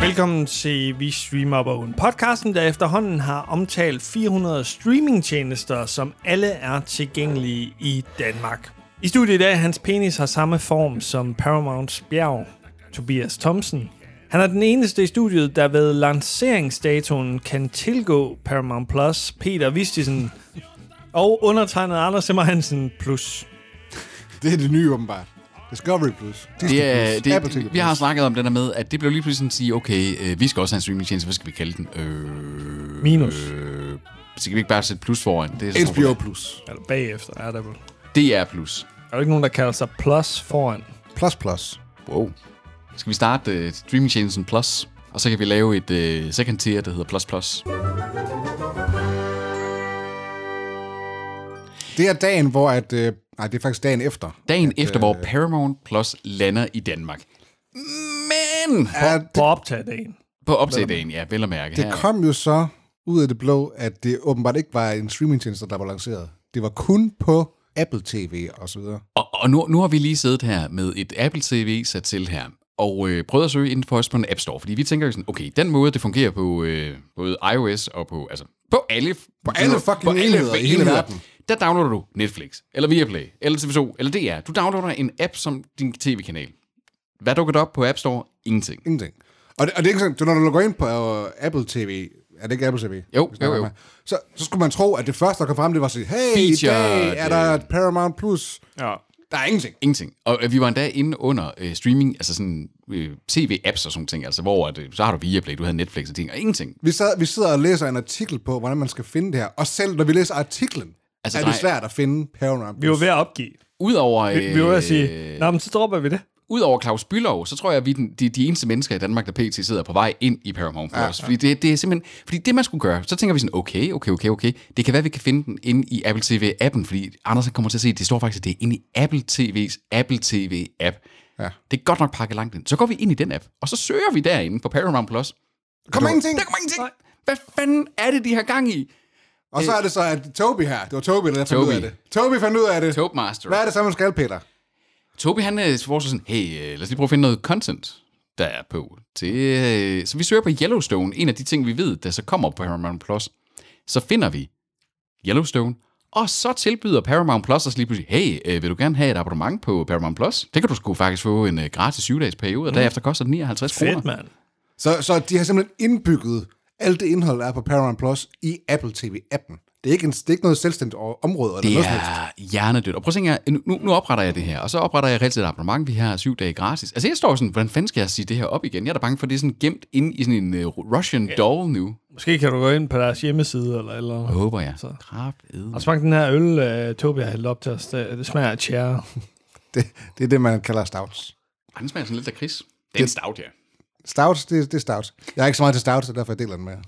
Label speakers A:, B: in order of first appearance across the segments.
A: Velkommen til Vi Streamer på Ugen, podcasten, der efterhånden har omtalt 400 streamingtjenester, som alle er tilgængelige i Danmark. I studiet i dag, hans penis har samme form som Paramounts bjerg, Tobias Thomsen. Han er den eneste i studiet, der ved lanceringsdatoen kan tilgå Paramount Plus, Peter Vistisen og undertegnet Anders Simmer Hansen Plus.
B: Det er det nye, åbenbart. Discovery Plus. Disney
C: Det er,
B: Plus,
C: det,
B: Apple TV
C: vi har
B: Plus.
C: snakket om det der med, at det blev lige pludselig sådan at sige, okay, øh, vi skal også have en streamingtjeneste, hvad skal vi kalde den? Øh,
A: Minus.
C: Øh, skal vi ikke bare sætte plus foran? Det er så
B: HBO
C: populært.
B: Plus.
A: Eller bagefter er der vel.
C: DR plus.
A: Er der ikke nogen, der kalder sig Plus foran?
B: Plus Plus.
C: Wow. Skal vi starte øh, streamingtjenesten plus, og så kan vi lave et øh, second tier, der hedder plus plus.
B: Det er dagen, hvor at... Øh, nej, det er faktisk dagen efter.
C: Dagen efter, hvor Paramount Plus lander i Danmark. Men
B: At
A: På optagdagen.
C: på optagdagen, ja, vel at mærke.
B: det
C: Her.
B: kom jo så ud af det blå, at det åbenbart ikke var en streamingtjeneste, der var lanceret. Det var kun på Apple TV og så videre.
C: Og, og nu, nu har vi lige siddet her med et Apple TV sat til her, og øh, prøvet at søge inden for os på en App Store, fordi vi tænker jo sådan, okay, den måde, det fungerer på øh, både iOS og på, altså, på alle, på
B: alle fucking enheder i hele verden.
C: Der downloader du Netflix, eller Viaplay, eller TV2, eller DR. Du downloader en app som din tv-kanal. Hvad dukker der op på App Store? Ingenting.
B: Ingenting. Og det, og det er ikke sådan, du- når du går ind på øh, Apple TV, er det ikke Apple TV?
C: Jo,
B: vi snakker
C: jo, jo.
B: om her? Så, så skulle man tro, at det første, der kom frem, det var at sige, hey, i dag
C: Featured,
B: er der et Paramount Plus.
A: Ja.
B: Der er ingenting.
C: Ingenting. Og øh, vi var endda inde under øh, streaming, altså sådan øh, tv-apps og sådan ting, altså hvor at, øh, så har du Viaplay, du havde Netflix og ting, og ingenting.
B: Vi, sad, vi sidder og læser en artikel på, hvordan man skal finde det her. Og selv når vi læser artiklen, altså,
C: Altså,
B: er det
C: nej.
B: svært at finde Paramount
A: Vi var
B: Plus.
A: ved at opgive.
C: Udover... øh,
A: Vi, vi var ved at sige, nå, men så dropper vi det.
C: Udover Claus Bylov, så tror jeg, at vi er den- de, de eneste mennesker i Danmark, der pt. sidder på vej ind i Paramount Plus. Ja, ja. Fordi, det, det er simpelthen, fordi det, man skulle gøre, så tænker vi sådan, okay, okay, okay, okay. Det kan være, vi kan finde den inde i Apple TV-appen, fordi Anders han kommer til at se, at det står faktisk, at det er inde i Apple TV's Apple TV-app. Ja. Det er godt nok pakket langt ind. Så går vi ind i den app, og så søger vi derinde på Paramount Plus.
B: Kommer ingenting.
C: Der kommer ingenting. Hvad fanden er det, de har gang i?
B: Og så er det så, at Toby her, det var Toby, der fandt ud af
C: Toby.
B: det. Toby fandt ud af det.
C: Topmaster.
B: Hvad er det så, man skal, Peter?
C: Tobi, han øh, foreslår sådan, hey, øh, lad os lige prøve at finde noget content, der er på. Til, øh, så vi søger på Yellowstone, en af de ting, vi ved, der så kommer på Paramount Plus. Så finder vi Yellowstone, og så tilbyder Paramount Plus os lige pludselig, hey, øh, vil du gerne have et abonnement på Paramount Plus? Det kan du sgu faktisk få en øh, gratis 7-dages periode, og derefter koster det 59 kroner.
A: Mm. Fedt, mand.
B: Så, så de har simpelthen indbygget alt det indhold, der er på Paramount Plus i Apple TV-appen. Det er ikke, en, det er ikke noget selvstændigt o- område. Eller
C: Det
B: noget som helst.
C: er hjernedødt. Og prøv at tænke, jer, nu, nu opretter jeg det her, og så opretter jeg reelt set et abonnement, vi har syv dage gratis. Altså jeg står sådan, hvordan fanden skal jeg sige det her op igen? Jeg er da bange for, at det er sådan gemt inde i sådan en uh, Russian doll nu.
A: Måske kan du gå ind på deres hjemmeside eller eller andet.
C: Håber jeg. Så.
A: Og smag den her øl, uh, Tobi har hældt op til os. Det, det smager af tjære.
B: det, det er det, man kalder stouts.
C: Han smager sådan lidt af kris. Det er en stout, ja.
B: Stouts, det, det er stouts. Jeg er ikke så meget til stouts, så derfor jeg deler den med jer.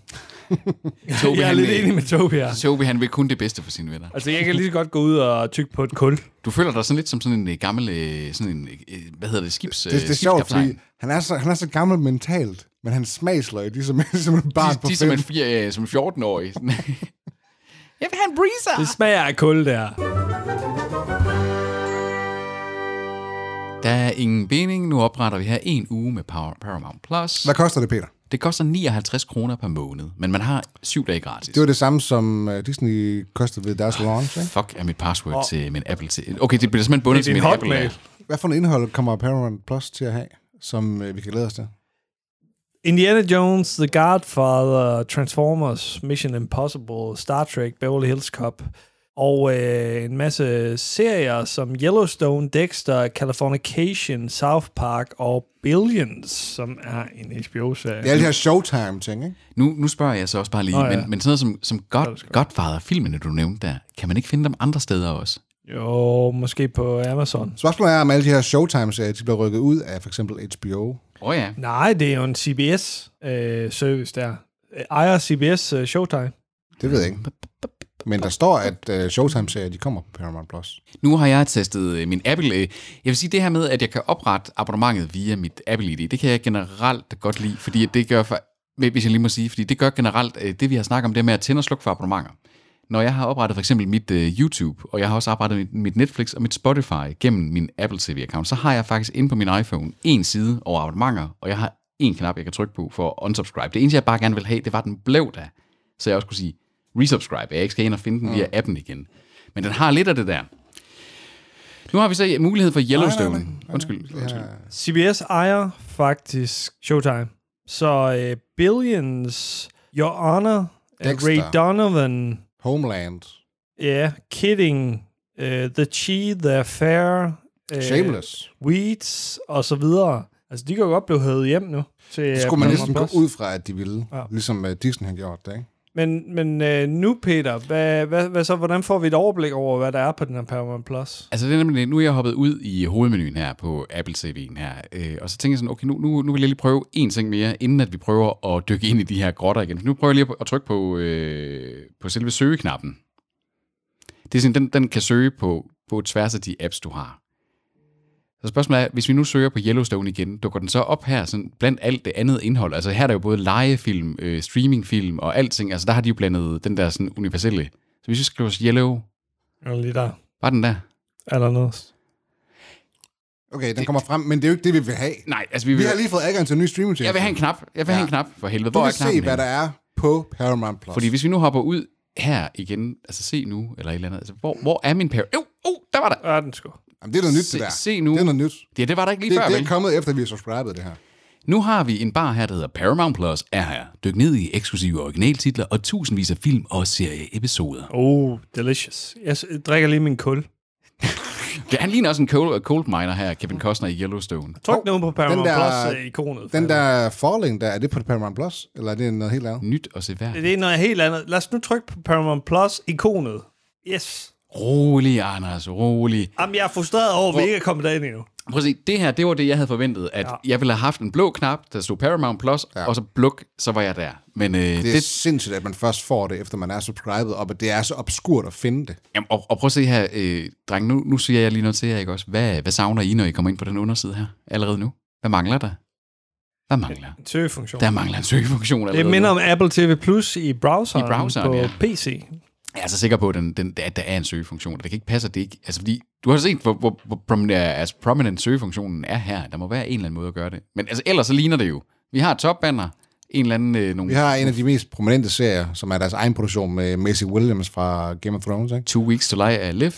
C: Tobi,
A: Jeg er
C: han,
A: lidt
C: vil-
A: enig med Tobi her.
C: Tobi, han vil kun det bedste for sine venner.
A: Altså, jeg kan lige så godt gå ud og tykke på et kul.
C: Du føler dig sådan lidt som sådan en øh, gammel, øh, sådan en, øh, hvad hedder det, skibs,
B: Det, det er sjovt, fordi han er, så, han er så gammel mentalt, men han smagsløg, de er som, som en barn
C: de,
B: på
C: de er
B: fem.
C: som en, fire, øh, som en 14-årig. sådan. jeg vil have en breezer!
A: Det smager af kul, der.
C: Der er ingen binding. Nu opretter vi her en uge med Power, Paramount+. Plus.
B: Hvad koster det, Peter?
C: Det koster 59 kroner per måned, men man har syv dage gratis.
B: Det var det samme, som øh, Disney kostede ved deres launch, ikke?
C: Fuck er mit password oh. til min Apple til. Okay, det bliver simpelthen bundet
A: Det er din
C: til min
A: hotmail.
C: Apple.
B: Hvad for noget indhold kommer Paramount Plus til at have, som øh, vi kan glæde os til?
A: Indiana Jones, The Godfather, Transformers, Mission Impossible, Star Trek, Beverly Hills Cop og øh, en masse serier som Yellowstone, Dexter, Californication, South Park og Billions, som er en HBO-serie.
B: Det er alle de her Showtime-ting, ikke?
C: Nu, nu spørger jeg så også bare lige,
A: Nå,
C: oh,
A: ja.
C: ja. men, men sådan noget som, som God, Godfather-filmene, du nævnte der, kan man ikke finde dem andre steder også?
A: Jo, måske på Amazon.
B: Spørgsmålet er, om alle de her Showtime-serier, de bliver rykket ud af for eksempel HBO.
C: Åh oh, ja.
A: Nej, det er jo en CBS-service øh, der. Ejer CBS øh, Showtime.
B: Det ved jeg ikke. Men der står, at øh, Showtime-serier, de kommer på Paramount Plus.
C: Nu har jeg testet øh, min Apple. øh, Jeg vil sige, det her med, at jeg kan oprette abonnementet via mit Apple ID, det kan jeg generelt godt lide, fordi at det gør for, hvis jeg lige må sige, fordi det gør generelt øh, det, vi har snakket om, det med at tænde og slukke for abonnementer. Når jeg har oprettet for eksempel mit øh, YouTube, og jeg har også oprettet mit, mit Netflix og mit Spotify gennem min Apple TV-account, så har jeg faktisk inde på min iPhone en side over abonnementer, og jeg har en knap, jeg kan trykke på for at unsubscribe. Det eneste, jeg bare gerne vil have, det var, at den blev der. Så jeg også kunne sige resubscribe. Jeg ikke skal ind og finde den via appen igen. Men den har lidt af det der. Nu har vi så mulighed for Yellowstone. Nej, nej, nej. Undskyld. undskyld.
A: CBS ejer faktisk Showtime. Så øh, Billions, Your Honor, øh, Ray
B: Dexter.
A: Donovan,
B: Homeland.
A: ja, yeah, Kidding, øh, The Chi, The Affair, øh,
B: Shameless.
A: Weeds og så videre. Altså, de kan jo godt blive hævet hjem nu. Til,
B: Det skulle man
A: øh,
B: næsten gå
A: Plus.
B: ud fra, at de ville.
A: Ja.
B: Ligesom øh, Disney har gjort det, ikke?
A: Men, men øh, nu, Peter, hvad, hvad, hvad så, hvordan får vi et overblik over, hvad der er på den her Paramount Plus?
C: Altså det er nemlig, det. nu er jeg hoppet ud i hovedmenuen her på Apple TV'en her, øh, og så tænker jeg sådan, okay, nu, nu, nu vil jeg lige prøve en ting mere, inden at vi prøver at dykke ind i de her grotter igen. Nu prøver jeg lige at, at trykke på, øh, på selve søgeknappen. Det er sådan, den, den kan søge på, på tværs af de apps, du har. Så spørgsmålet er, hvis vi nu søger på Yellowstone igen, dukker den så op her sådan, blandt alt det andet indhold? Altså her er der jo både legefilm, øh, streamingfilm og alting. Altså der har de jo blandet den der sådan universelle. Så hvis vi skriver Yellow,
A: Eller lige der.
C: var den der?
A: Eller noget.
B: Okay, den kommer frem, men det er jo ikke det, vi vil have.
C: Nej, altså vi,
B: Vi
C: vil-
B: har lige fået adgang til en ny streaming
C: Jeg vil have en knap. Jeg vil ja. have en knap for helvede.
B: Du
C: Hvor er
B: kan
C: knappen?
B: se, hvad
C: henne?
B: der er på Paramount+. Plus.
C: Fordi hvis vi nu hopper ud her igen, altså se nu, eller et eller andet. Altså, hvor, hvor er min pære? Jo, oh, der var der.
A: Ja, den sgu.
B: Jamen, det er noget nyt,
C: Se-
B: det der.
C: se nu.
B: Det er noget nyt.
C: Ja, det var der ikke lige
B: Det,
C: før,
B: det
C: vel?
B: er kommet efter, vi har subscribet det her.
C: Nu har vi en bar her, der hedder Paramount Plus er her. Dyk ned i eksklusive originaltitler og tusindvis af film og serieepisoder.
A: Oh, delicious. Jeg s- drikker lige min kul.
C: Ja, han ligner også en coal, coal miner her, Kevin Costner i Yellowstone.
A: Tryk nu på Paramount øh,
B: der-
A: Plus-ikonet.
B: Den der Falling, der, er det på Paramount Plus? Eller er det noget helt andet?
C: Nyt og seværdigt.
A: Det er noget helt andet. Lad os nu trykke på Paramount Plus-ikonet. Yes.
C: Rolig, Anders, rolig.
A: Jamen, jeg er frustreret over, at vi ikke er kommet derind endnu.
C: Prøv at se, det her, det var det, jeg havde forventet, at ja. jeg ville have haft en blå knap, der stod Paramount Plus, ja. og så bluk, så var jeg der. Men øh,
B: Det er det... sindssygt, at man først får det, efter man er subscribet, og at det er så obskurt at finde det.
C: Jamen, og, og prøv at se her, øh, dreng, nu, nu siger jeg lige noget til jer, ikke også? Hvad, hvad savner I, når I kommer ind på den underside her, allerede nu? Hvad mangler der? Der mangler.
A: En Søgefunktion.
C: Der mangler en søgefunktion allerede
A: Det minder
C: nu.
A: om Apple TV Plus i browseren,
C: I browseren,
A: på
C: ja.
A: PC.
C: Jeg er så sikker på, at, den, den, at der er en søgefunktion, og det kan ikke passe, at det ikke... Altså, fordi du har set, hvor, hvor, hvor prominent, altså, prominent søgefunktionen er her. Der må være en eller anden måde at gøre det. Men altså, ellers så ligner det jo. Vi har et topbanner, en eller anden... Øh, nogle
B: Vi har en af de mest prominente serier, som er deres egen produktion med Macy Williams fra Game of Thrones, ikke?
C: Two Weeks to Lie af Liv.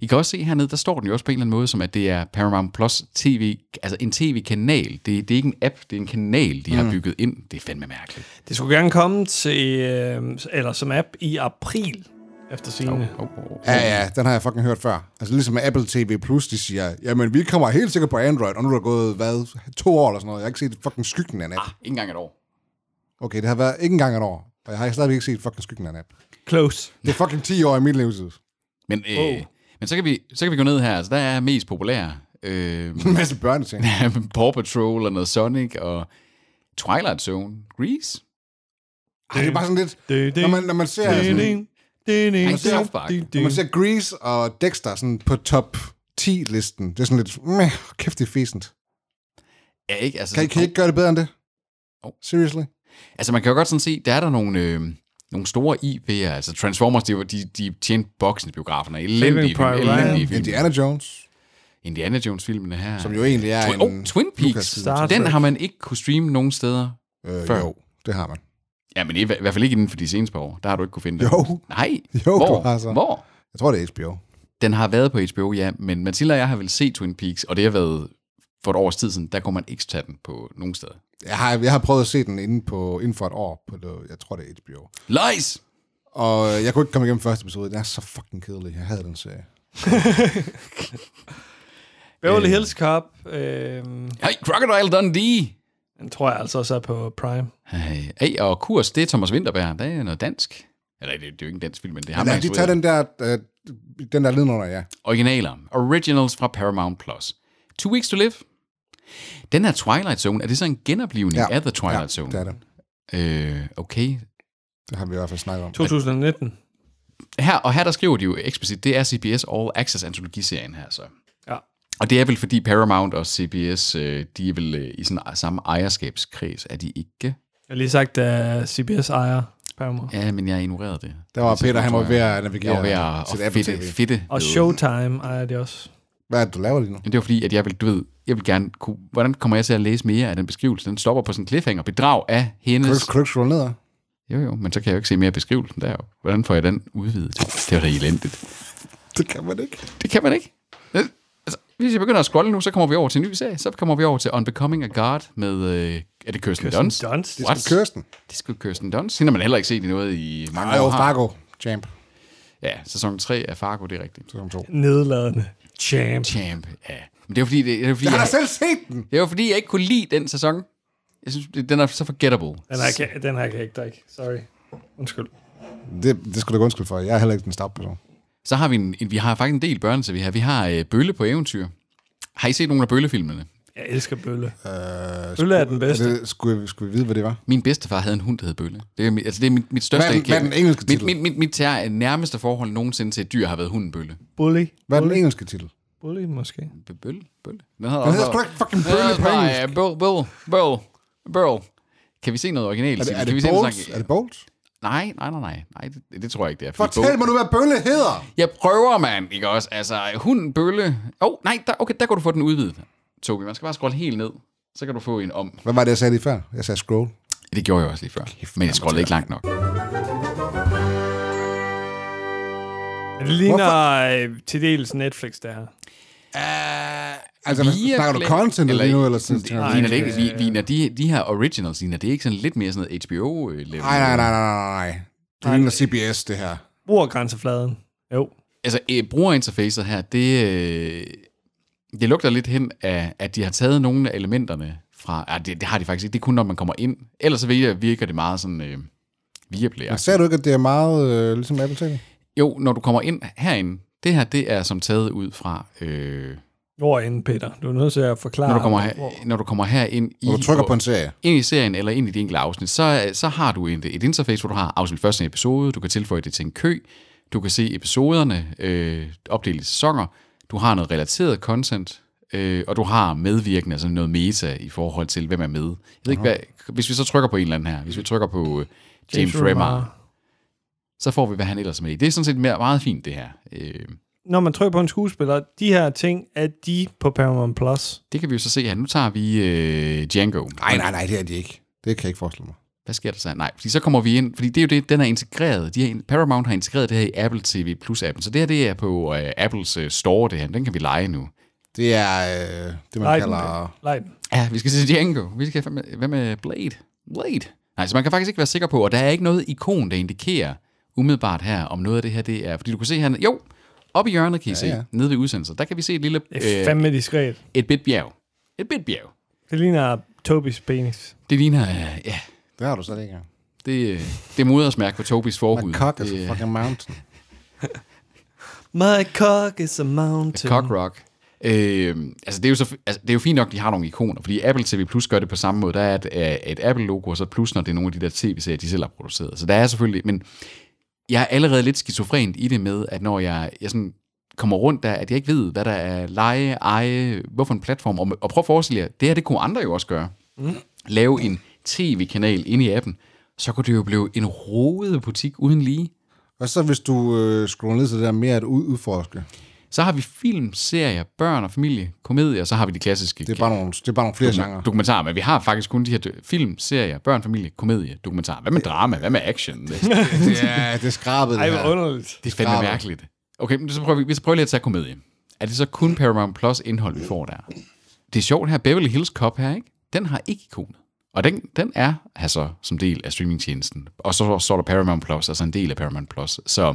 C: I kan også se hernede, der står den jo også på en eller anden måde, som at det er Paramount Plus TV, altså en tv-kanal. Det, det er ikke en app, det er en kanal, de mm. har bygget ind. Det er fandme mærkeligt.
A: Det skulle gerne komme til, øh, eller som app i april, efter sine.
C: Oh, oh, oh.
B: Ja, ja, den har jeg fucking hørt før. Altså ligesom med Apple TV Plus, de siger, jamen vi kommer helt sikkert på Android, og nu er der gået, hvad, to år eller sådan noget. Jeg har ikke set fucking skyggen af en app.
C: Ah, ikke engang et år. Ah.
B: Okay, det har været ikke engang et år, og jeg har stadigvæk ikke set fucking skyggen af en app.
A: Close.
B: Det er fucking 10 år i mit levetid.
C: Men, øh, oh. men så, kan vi, så kan vi gå ned her. Altså, der er mest populære. Øh,
B: En masse børneting.
C: Paw Patrol og noget Sonic og Twilight Zone. Grease?
B: Ej, det er bare sådan lidt... Når man, når man ser, sådan,
C: South Park.
B: når man ser Grease og Dexter sådan på top 10-listen, det er sådan lidt... Meh, kæft, det er fæsent.
C: Ja, ikke? Altså,
B: Kan, I- kan I ikke gøre det bedre end det? Seriously?
C: Altså man kan jo godt sådan se, der er der nogle, øh, nogle store IP'er, altså Transformers, de, de, de tjente boksen i biograferne, elendige film,
A: Private Ryan.
C: elendige film. Indiana,
B: Indiana Jones,
C: Indiana Jones-filmene her.
B: som jo egentlig er
C: Twi-
B: en...
C: oh, Twin Peaks,
A: Star
C: den
A: Trek.
C: har man ikke kunne streame nogen steder.
B: Øh,
C: før.
B: jo, det har man.
C: Ja, men i, hver- i hvert fald ikke inden for de seneste par år. Der har du ikke kunne finde den.
B: Jo.
C: Nej.
B: Jo,
C: Hvor?
B: du har så.
C: Hvor?
B: Jeg tror, det er HBO.
C: Den har været på HBO, ja, men Mathilde og jeg har vel set Twin Peaks, og det har været for et års tid siden, der kunne man ikke tage den på nogen steder.
B: Jeg har, jeg har prøvet at se den inden, på, inden for et år. På det, jeg tror, det er HBO.
C: Lies!
B: Og jeg kunne ikke komme igennem første episode. Den er så fucking kedelig. Jeg havde den serie.
A: Beverly Hills Cop, øh,
C: Hey, Crocodile Dundee!
A: den tror jeg altså også er på Prime.
C: Hey, hey, og Kurs, det er Thomas Winterberg. Det er noget dansk. Eller det, det er jo ikke en dansk film, men det har
B: Men lad
C: man
B: de tage den der, øh, den der nedenunder, ja.
C: Originaler. Originals fra Paramount+. Plus. Two Weeks to Live. Den her Twilight Zone, er det så en genoplivning ja.
B: Ja,
C: af The Twilight ja, Zone?
B: Det er det.
C: Øh, okay.
B: Det har vi i hvert fald snakket om.
A: 2019.
C: Her, og her der skriver de jo eksplicit, det er CBS All Access antologiserien her så.
A: Ja.
C: Og det er vel fordi Paramount og CBS, øh, de er vel øh, i sådan samme ejerskabskreds, er de ikke?
A: Jeg har lige sagt, at øh, CBS ejer Paramount.
C: Ja, men jeg ignorerede det. Altså,
B: Der var Peter, han var ved at
C: Jeg var ved
B: navigere
C: at
B: sit
C: fedt,
B: Apple TV.
C: fedt, fedt
A: Og Showtime ejer det også.
B: Hvad er det, du laver lige nu?
C: Men det var fordi, at jeg vil, du ved, jeg vil gerne kunne, hvordan kommer jeg til at læse mere af den beskrivelse? Den stopper på sådan en cliffhanger, bedrag af
B: Kan du,
C: hendes...
B: ikke- kan du ikke scrolle ned?
C: Jo, jo, men så kan jeg jo ikke se mere af beskrivelsen der. jo. Hvordan får jeg den udvidet? Det var da elendigt.
B: Det kan man ikke.
C: Det kan man ikke. Øh, Altså, hvis jeg begynder at scrolle nu, så kommer vi over til en ny serie. Så kommer vi over til Unbecoming a God med... Øh, er det Kirsten Dunst?
A: Dunst.
B: Det
C: What?
B: skal Kirsten.
C: Det skulle Kirsten Dunst. Hende har man heller ikke set i noget i mange
B: Ej, jo,
C: år. har.
B: Fargo. Champ.
C: Ja, sæson 3 af Fargo, det er rigtigt.
B: Sæson 2.
A: Nedladende. Champ.
C: Champ, ja. Men det var fordi, det, det var fordi,
B: Jeg har
C: jeg,
B: da selv set den.
C: det var fordi, jeg ikke kunne lide den sæson. Jeg synes, det- den er så forgettable.
A: Den har, jeg, den har jeg ikke drikke. Sorry. Undskyld.
B: Det, det skulle du undskylde for. Jeg er heller ikke den stab person.
C: Så har vi, en, en, vi har faktisk en del børn, så vi har, vi har øh, Bølle på eventyr. Har I set nogle af Bøllefilmene?
A: Jeg elsker bølle.
B: Øh,
A: Bølle er den bedste.
B: det, skulle, skulle vi vide, hvad det var?
C: Min bedstefar havde en hund, der hed Bølle. Det er, mit- altså, det er mit, mit
B: Hvad
C: største...
B: er den- hvad er den engelske
C: mit,
B: titel?
C: mit, mit, mit ter, nærmeste forhold nogensinde til et dyr har været hunden Bølle.
A: Bully.
B: Hvad er den engelske titel?
A: Bully måske.
C: B- Bølle? Bølle? Den hedder,
B: Den hedder sgu da ikke fucking Bølle på
C: Nej,
B: engelsk.
C: øh, Bøl, Bøl, Bøl, Bøl. Kan vi se noget originalt?
B: Er det,
C: Silas?
B: er
C: kan
B: det
C: vi se
B: Bolt?
C: sang-
B: Er det Bolt?
C: Nej, nej, nej, nej. nej det, det, tror jeg ikke, det er. fordi
B: Fortæl
C: Bølle-
B: mig nu, hvad Bølle hedder.
C: Jeg prøver, mand, ikke også? Altså, hunden, bølle. Åh, oh, nej, der, okay, der kan du få den udvidet, Tobi. Man skal bare scrolle helt ned. Så kan du få en om.
B: Hvad var det, jeg sagde lige før? Jeg sagde scroll.
C: Det gjorde jeg også lige før. Men jeg scrollede ikke langt nok.
A: Det ligner øh, til dels Netflix, det her.
C: Øh,
B: Altså, hvad-
C: Viaplay-
B: snakker du content lige nu, eller sådan
C: Nej, ligner det ikke, vi, ligner de, de her originals, ligner det ikke sådan lidt mere sådan noget HBO-level?
B: Nej, nej, nej, nej, nej, nej. Det ligner CBS, det her.
A: Bruger grænsefladen. Jo.
C: Altså, øh, brugerinterfacet her, det, øh, det lugter lidt hen af, at de har taget nogle af elementerne fra... Ah, det, det har de faktisk ikke. Det er kun, når man kommer ind. Ellers så virker- virker det meget sådan... Øh, Viaplay.
B: Men sagde du ikke, at det er meget øh, ligesom Apple TV?
C: Jo, når du kommer ind herinde, det her, det er som taget ud fra, øh,
A: Hvor inde, Peter? Du er nødt til at forklare.
C: når, du kommer
A: hvor-
C: her, når du kommer herind i,
B: Når du trykker på en serie.
C: ind i serien eller ind i de enkelte afsnit, så, så har du et, et interface, hvor du har afsnit første episode, du kan tilføje det til en kø, du kan se episoderne øh, opdelt i sæsoner, du har noget relateret content, øh, og du har medvirkende, altså noget meta i forhold til, hvem er med. Jeg ved ikke, hvad, hvis vi så trykker på en eller anden her, hvis vi trykker på øh, James, James Remar, så får vi, hvad han ellers er med i. Det er sådan set mere, meget fint, det her. Øh,
A: Når man trykker på en skuespiller, de her ting, er de på Paramount Plus?
C: Det kan vi jo så se her. Nu tager vi øh, Django.
B: Nej, nej, nej, det er de ikke. Det kan jeg ikke forestille mig.
C: Hvad sker der så? Nej, fordi så kommer vi ind, fordi det er jo det, den er integreret. De har, Paramount har integreret det her i Apple TV Plus-appen, så det her det er på øh, Apples øh, store, det her. Den kan vi lege nu.
B: Det er øh, det, man
A: Nej, den,
B: kalder...
A: nej, den.
C: Ja, vi skal se Django. Vi skal, hvad med Blade? Blade? Nej, så man kan faktisk ikke være sikker på, og der er ikke noget ikon, der indikerer umiddelbart her, om noget af det her det er. Fordi du kan se her, jo, oppe i hjørnet kan I ja, se,
B: ja.
C: nede ved udsendelser, der kan vi se et lille,
A: Det er
C: øh,
A: fandme diskret.
C: et bit bjerg. Et bit bjerg.
A: Det ligner Tobis penis.
C: Det ligner, øh, ja,
B: Det har du slet ikke. engang.
C: det, øh, det er modersmærke på Tobis forhud.
B: My cock is
C: Det
B: a
C: er-
B: fucking mountain.
A: My cock is a mountain.
C: Cock Rock. Øh, altså, det er, jo så, altså, det er jo fint nok, at de har nogle ikoner, fordi Apple TV Plus gør det på samme måde. Der er et, øh, et Apple-logo, og så plus, når det er nogle af de der tv-serier, de selv har produceret. Så der er selvfølgelig... Men jeg er allerede lidt skizofrent i det med, at når jeg, jeg sådan kommer rundt der, at jeg ikke ved, hvad der er leje, eje, hvorfor en platform. Og, og prøv at forestille jer, det her, det kunne andre jo også gøre. Mm. Lave en tv-kanal inde i appen, så kunne det jo blive en rodet butik uden lige.
B: Hvad så, hvis du øh, scroller ned til det der mere at ud- udforske?
C: Så har vi film, serier, børn og familie, komedier, og så har vi de klassiske
B: Det er bare nogle, det er bare nogle flere genrer.
C: genre. dokumentarer, men vi har faktisk kun de her dø- film, serier, børn, familie, komedie, dokumentar. Hvad med drama? Hvad med action? Det, det
B: Ja, det er skrabet, det
A: Ej,
B: her.
A: hvor underligt.
C: er fandme mærkeligt. Okay, men så prøver vi, vi så prøver lige at tage komedie. Er det så kun Paramount Plus indhold, vi får der? Det er sjovt her, Beverly Hills Cop her, ikke? Den har ikke ikonet. Og den, den er altså som del af streamingtjenesten. Og så står der Paramount Plus, altså en del af Paramount Plus. Så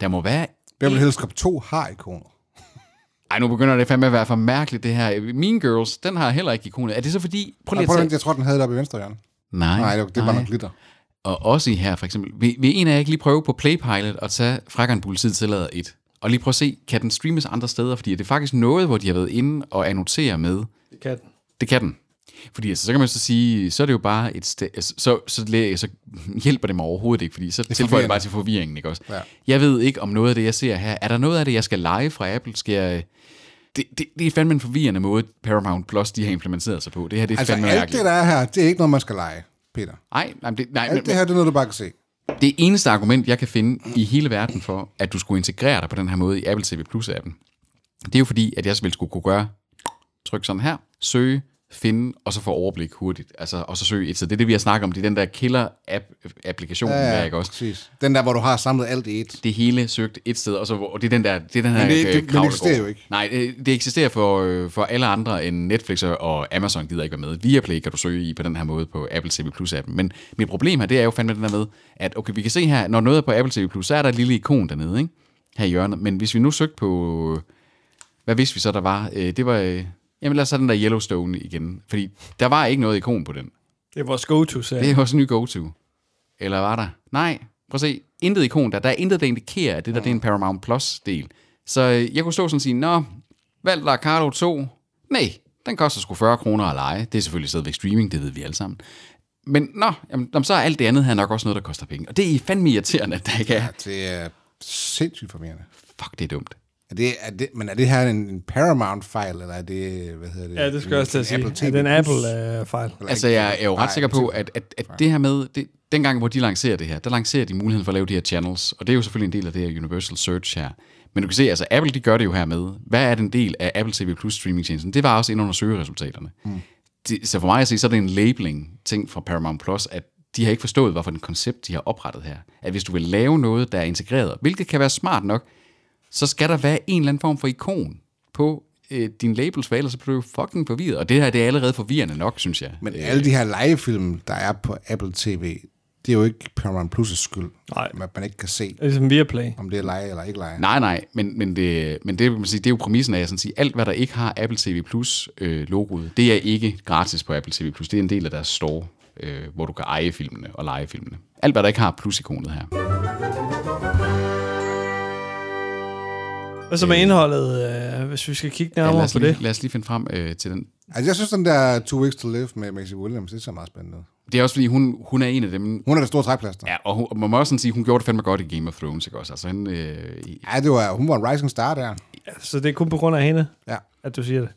C: der må være
B: Beverly Hills Cop 2 har ikoner.
C: ej, nu begynder det fandme at være for mærkeligt, det her. Mean Girls, den har heller ikke ikonet. Er det så fordi... Prøv
B: Jeg,
C: lige
B: prøv,
C: at
B: at
C: tage...
B: vente, jeg tror, den havde det oppe i venstre hjørne.
C: Nej,
B: Nej, det, var- det er bare noget glitter.
C: Og også i her, for eksempel. Vil, vil en af jer ikke lige prøve på Playpilot at tage Frakkeren Politiet tillader et? Og lige prøve at se, kan den streames andre steder? Fordi det er faktisk noget, hvor de har været inde og annotere med.
A: Det kan den.
C: Det kan den. Fordi altså, så kan man så sige, så er det jo bare et sted, så, så, så, så hjælper det mig overhovedet ikke, fordi så tilføjer det bare til forvirringen, ikke også?
B: Ja.
C: Jeg ved ikke, om noget af det, jeg ser her, er der noget af det, jeg skal lege fra Apple? Skal jeg, det, det, det er fandme en forvirrende måde, Paramount Plus, de har implementeret sig på. Det her, det er
B: Altså,
C: fandme
B: alt det,
C: mærkeligt.
B: der er her, det er ikke noget, man skal lege, Peter.
C: Nej, nej, men det, nej, men-
B: Alt det her, det er noget, du bare kan se.
C: det eneste argument, jeg kan finde i hele verden for, at du skulle integrere dig på den her måde i Apple TV Plus-appen, Det er jo fordi, at jeg ville skulle kunne gøre, tryk sådan her, søge, finde, og så få overblik hurtigt. Altså, og så søge et sted. Det er det, vi har snakket om. Det er den der killer-applikation, ja, ja. der, ikke også?
B: præcis. Den der, hvor du har samlet alt i et.
C: det hele søgt et sted, og, så, og det er den der det er den her
B: det er ikke-
C: øh,
B: det- men det
C: krav, der
B: eksisterer
C: går.
B: jo ikke.
C: Nej, det, det eksisterer for, øh, for alle andre end Netflix og- og Amazon gider ikke være med. Viaplay kan du søge i på den her måde på Apple TV Plus-appen. Men mit problem her, det er jo fandme den her med, at okay, vi kan se her, når noget er på Apple TV Plus, så er der et lille ikon dernede, ikke? Her i hjørnet. Men hvis vi nu søgte på... øh, Hvad vidste vi så, der var? Øh, det var... Øh, jamen lad os have den der Yellowstone igen. Fordi der var ikke noget ikon på den.
A: Det er vores go-to-serie.
C: Det er vores nye go-to. Eller var der? Nej, prøv at se. Intet ikon der. Der er intet, der indikerer, at det der det er en Paramount Plus-del. Så øh, jeg kunne stå sådan og sige, Nå, valg der Carlo 2. Nej, den koster sgu 40 kroner at lege. Det er selvfølgelig stadigvæk streaming, det ved vi alle sammen. Men nå, jamen, jamen, så er alt det andet her nok også noget, der koster penge. Og det er fandme irriterende, at der ikke er.
B: Det er sindssygt forvirrende.
C: Fuck, det er dumt.
B: Er det, er det, men er det her en, en Paramount-fejl, eller er det, hvad hedder det?
A: Ja, det øh? skal jeg også til at
B: En
A: sige.
B: Apple
A: Er
B: TV+.
A: den Apple-fejl?
C: Altså, jeg er jo ret
B: Nej,
C: sikker på, at, at, at det her med, det, dengang hvor de lancerer det her, der lancerer de muligheden for at lave de her channels, og det er jo selvfølgelig en del af det her Universal Search her. Men du kan se, altså Apple, de gør det jo her med. Hvad er den del af Apple TV Plus streamingtjenesten? Det var også ind under søgeresultaterne. Mm. Det, så for mig at se, så er det en labeling-ting fra Paramount Plus, at de har ikke forstået, hvorfor den koncept, de har oprettet her. At hvis du vil lave noget, der er integreret, hvilket kan være smart nok, så skal der være en eller anden form for ikon på øh, din labels, for ellers så bliver du fucking forvirret. Og det her, det er allerede forvirrende nok, synes jeg.
B: Men alle de her legefilm, der er på Apple TV, det er jo ikke Paramount Plus' skyld.
A: Nej.
B: At man ikke kan se,
A: Det er ligesom Viaplay.
B: om det er lege eller ikke lege.
C: Nej, nej, men, men, det, men det, vil man sige, det er jo præmissen af, at sådan sige, alt hvad der ikke har Apple TV Plus øh, logoet, det er ikke gratis på Apple TV Plus. Det er en del af deres store, øh, hvor du kan eje filmene og lege filmene. Alt hvad der ikke har plus-ikonet her.
A: Hvad så med indholdet, øh, hvis vi skal kigge
C: Ja, lad,
A: nærmere
C: os
A: på det?
C: lige, lad os lige finde frem øh, til den.
B: Altså, jeg synes, den der Two Weeks to Live med Maisie Williams, det er så meget spændende. ud.
C: Det er også fordi, hun, hun er en af dem,
B: Hun er der store træplaster.
C: ja, og, hun, og man må også sådan sige, hun gjorde det fandme godt i Game of Thrones, ikke også? Altså, han, øh, i-
B: Ja, det var, hun var en rising star der.
A: Ja, Så det er kun på grund af hende,
B: Ja,
A: at du siger det.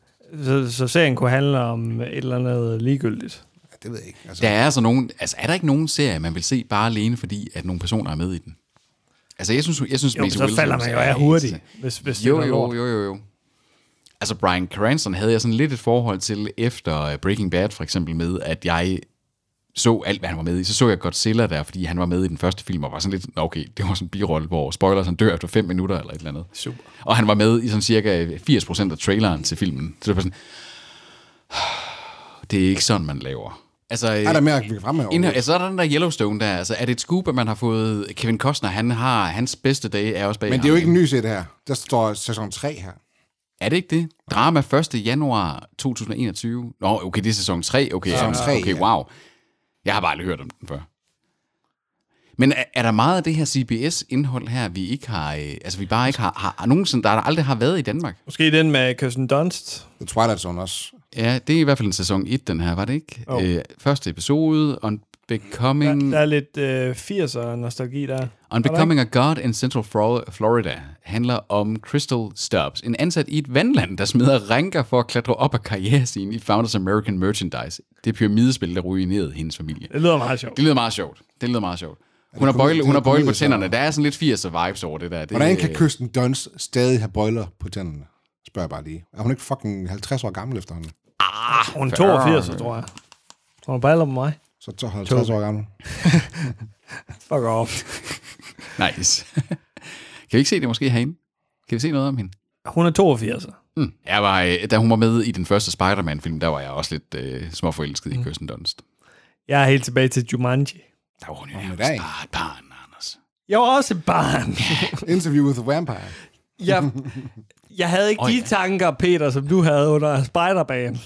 A: Så, så serien kunne handle om et eller andet ligegyldigt.
B: ja det ved jeg ikke. Altså,
C: der er altså nogen, altså er der ikke nogen serie, man vil se bare alene, fordi at nogle personer er med i den? Altså, jeg synes, jeg synes Altså,
A: Jo, men
C: Maisie
A: så falder
C: Williams
A: man jo
C: er
A: af
C: helt-
A: hurtigt, hvis, hvis det
C: Jo,
A: er
C: jo,
A: lort.
C: jo, jo, jo. Altså, Brian Cranston havde jeg sådan lidt et forhold til efter øh, Breaking Bad, for eksempel, med at jeg så alt, hvad han var med i. Så så jeg Godzilla der, fordi han var med i den første film, og var sådan lidt, "Nå, okay, det var sådan en birolle, hvor spoilers, han dør efter fem minutter eller et eller andet.
A: Super.
C: Og han var med i sådan cirka 80% af traileren til filmen. Så det var sådan, det er ikke sådan, man laver. Altså,
B: er der mere, vi kan fremhæve?
C: Indhold, altså, så er der den der Yellowstone der, altså, er det et scoop, at man har fået Kevin Costner, han har, hans bedste dag er også bag
B: Men det
C: ham.
B: er jo ikke en ny set her. Der står sæson 3 her.
C: Er det ikke det? Drama 1. januar 2021. Nå, okay, det er sæson 3. Okay,
B: Sæson
C: ja,
B: tre,
C: okay,
B: ja.
C: wow. Jeg har bare aldrig hørt om den før. Men er, er der meget af det her CBS-indhold her, vi ikke har, øh, altså vi bare ikke har, har, har nogensinde, der, der aldrig har været i Danmark?
A: Måske den med Kirsten Dunst.
B: The Twilight Zone også.
C: Ja, det er i hvert fald en sæson 1, den her, var det ikke?
A: Jo.
C: Øh, første episode, On Becoming,
A: Der er lidt øh, 80'er nostalgi der.
C: on Becoming a God in Central Fro- Florida handler om Crystal Stubbs, en ansat i et vandland, der smider rænker for at klatre op af karrierescenen i Founders American Merchandise. Det pyramidespil, der ruinerede hendes familie.
A: Det lyder meget sjovt.
C: Det lyder meget sjovt. Det lyder meget sjovt. Hun har
B: komedi-
C: bøjle,
B: det
C: hun
B: er
C: har bøjle på
B: komedie, så-
C: tænderne. Der er sådan lidt 80'er vibes over det der. Det,
B: Hvordan kan
C: øh,
B: Kirsten Dunst stadig have bøjler på tænderne? Spørger jeg bare lige. Er hun ikke fucking 50 år gammel efterhånden?
A: Ah, Hun er 82, tror jeg. Hun er bare på mig.
B: Så så 50 år gammel.
A: Fuck off.
C: øh, Nice. kan vi ikke se det måske herinde? Kan vi se noget om hende?
A: Hun er 82.
C: Mm. Jeg var, øh, da hun var med i den første Spider-Man-film, der var jeg også lidt øh, småforelsket i Kirsten Dunst.
A: Jeg er helt tilbage til Jumanji.
C: Der var hun jo
B: med
C: nærmest
B: dig.
C: bare et barn, Anders.
A: Jeg var også et barn.
B: Interview with the Vampire.
A: Jeg, jeg havde ikke
C: Åh,
A: oh, de
C: ja.
A: tanker, Peter, som du havde under Spider-Man.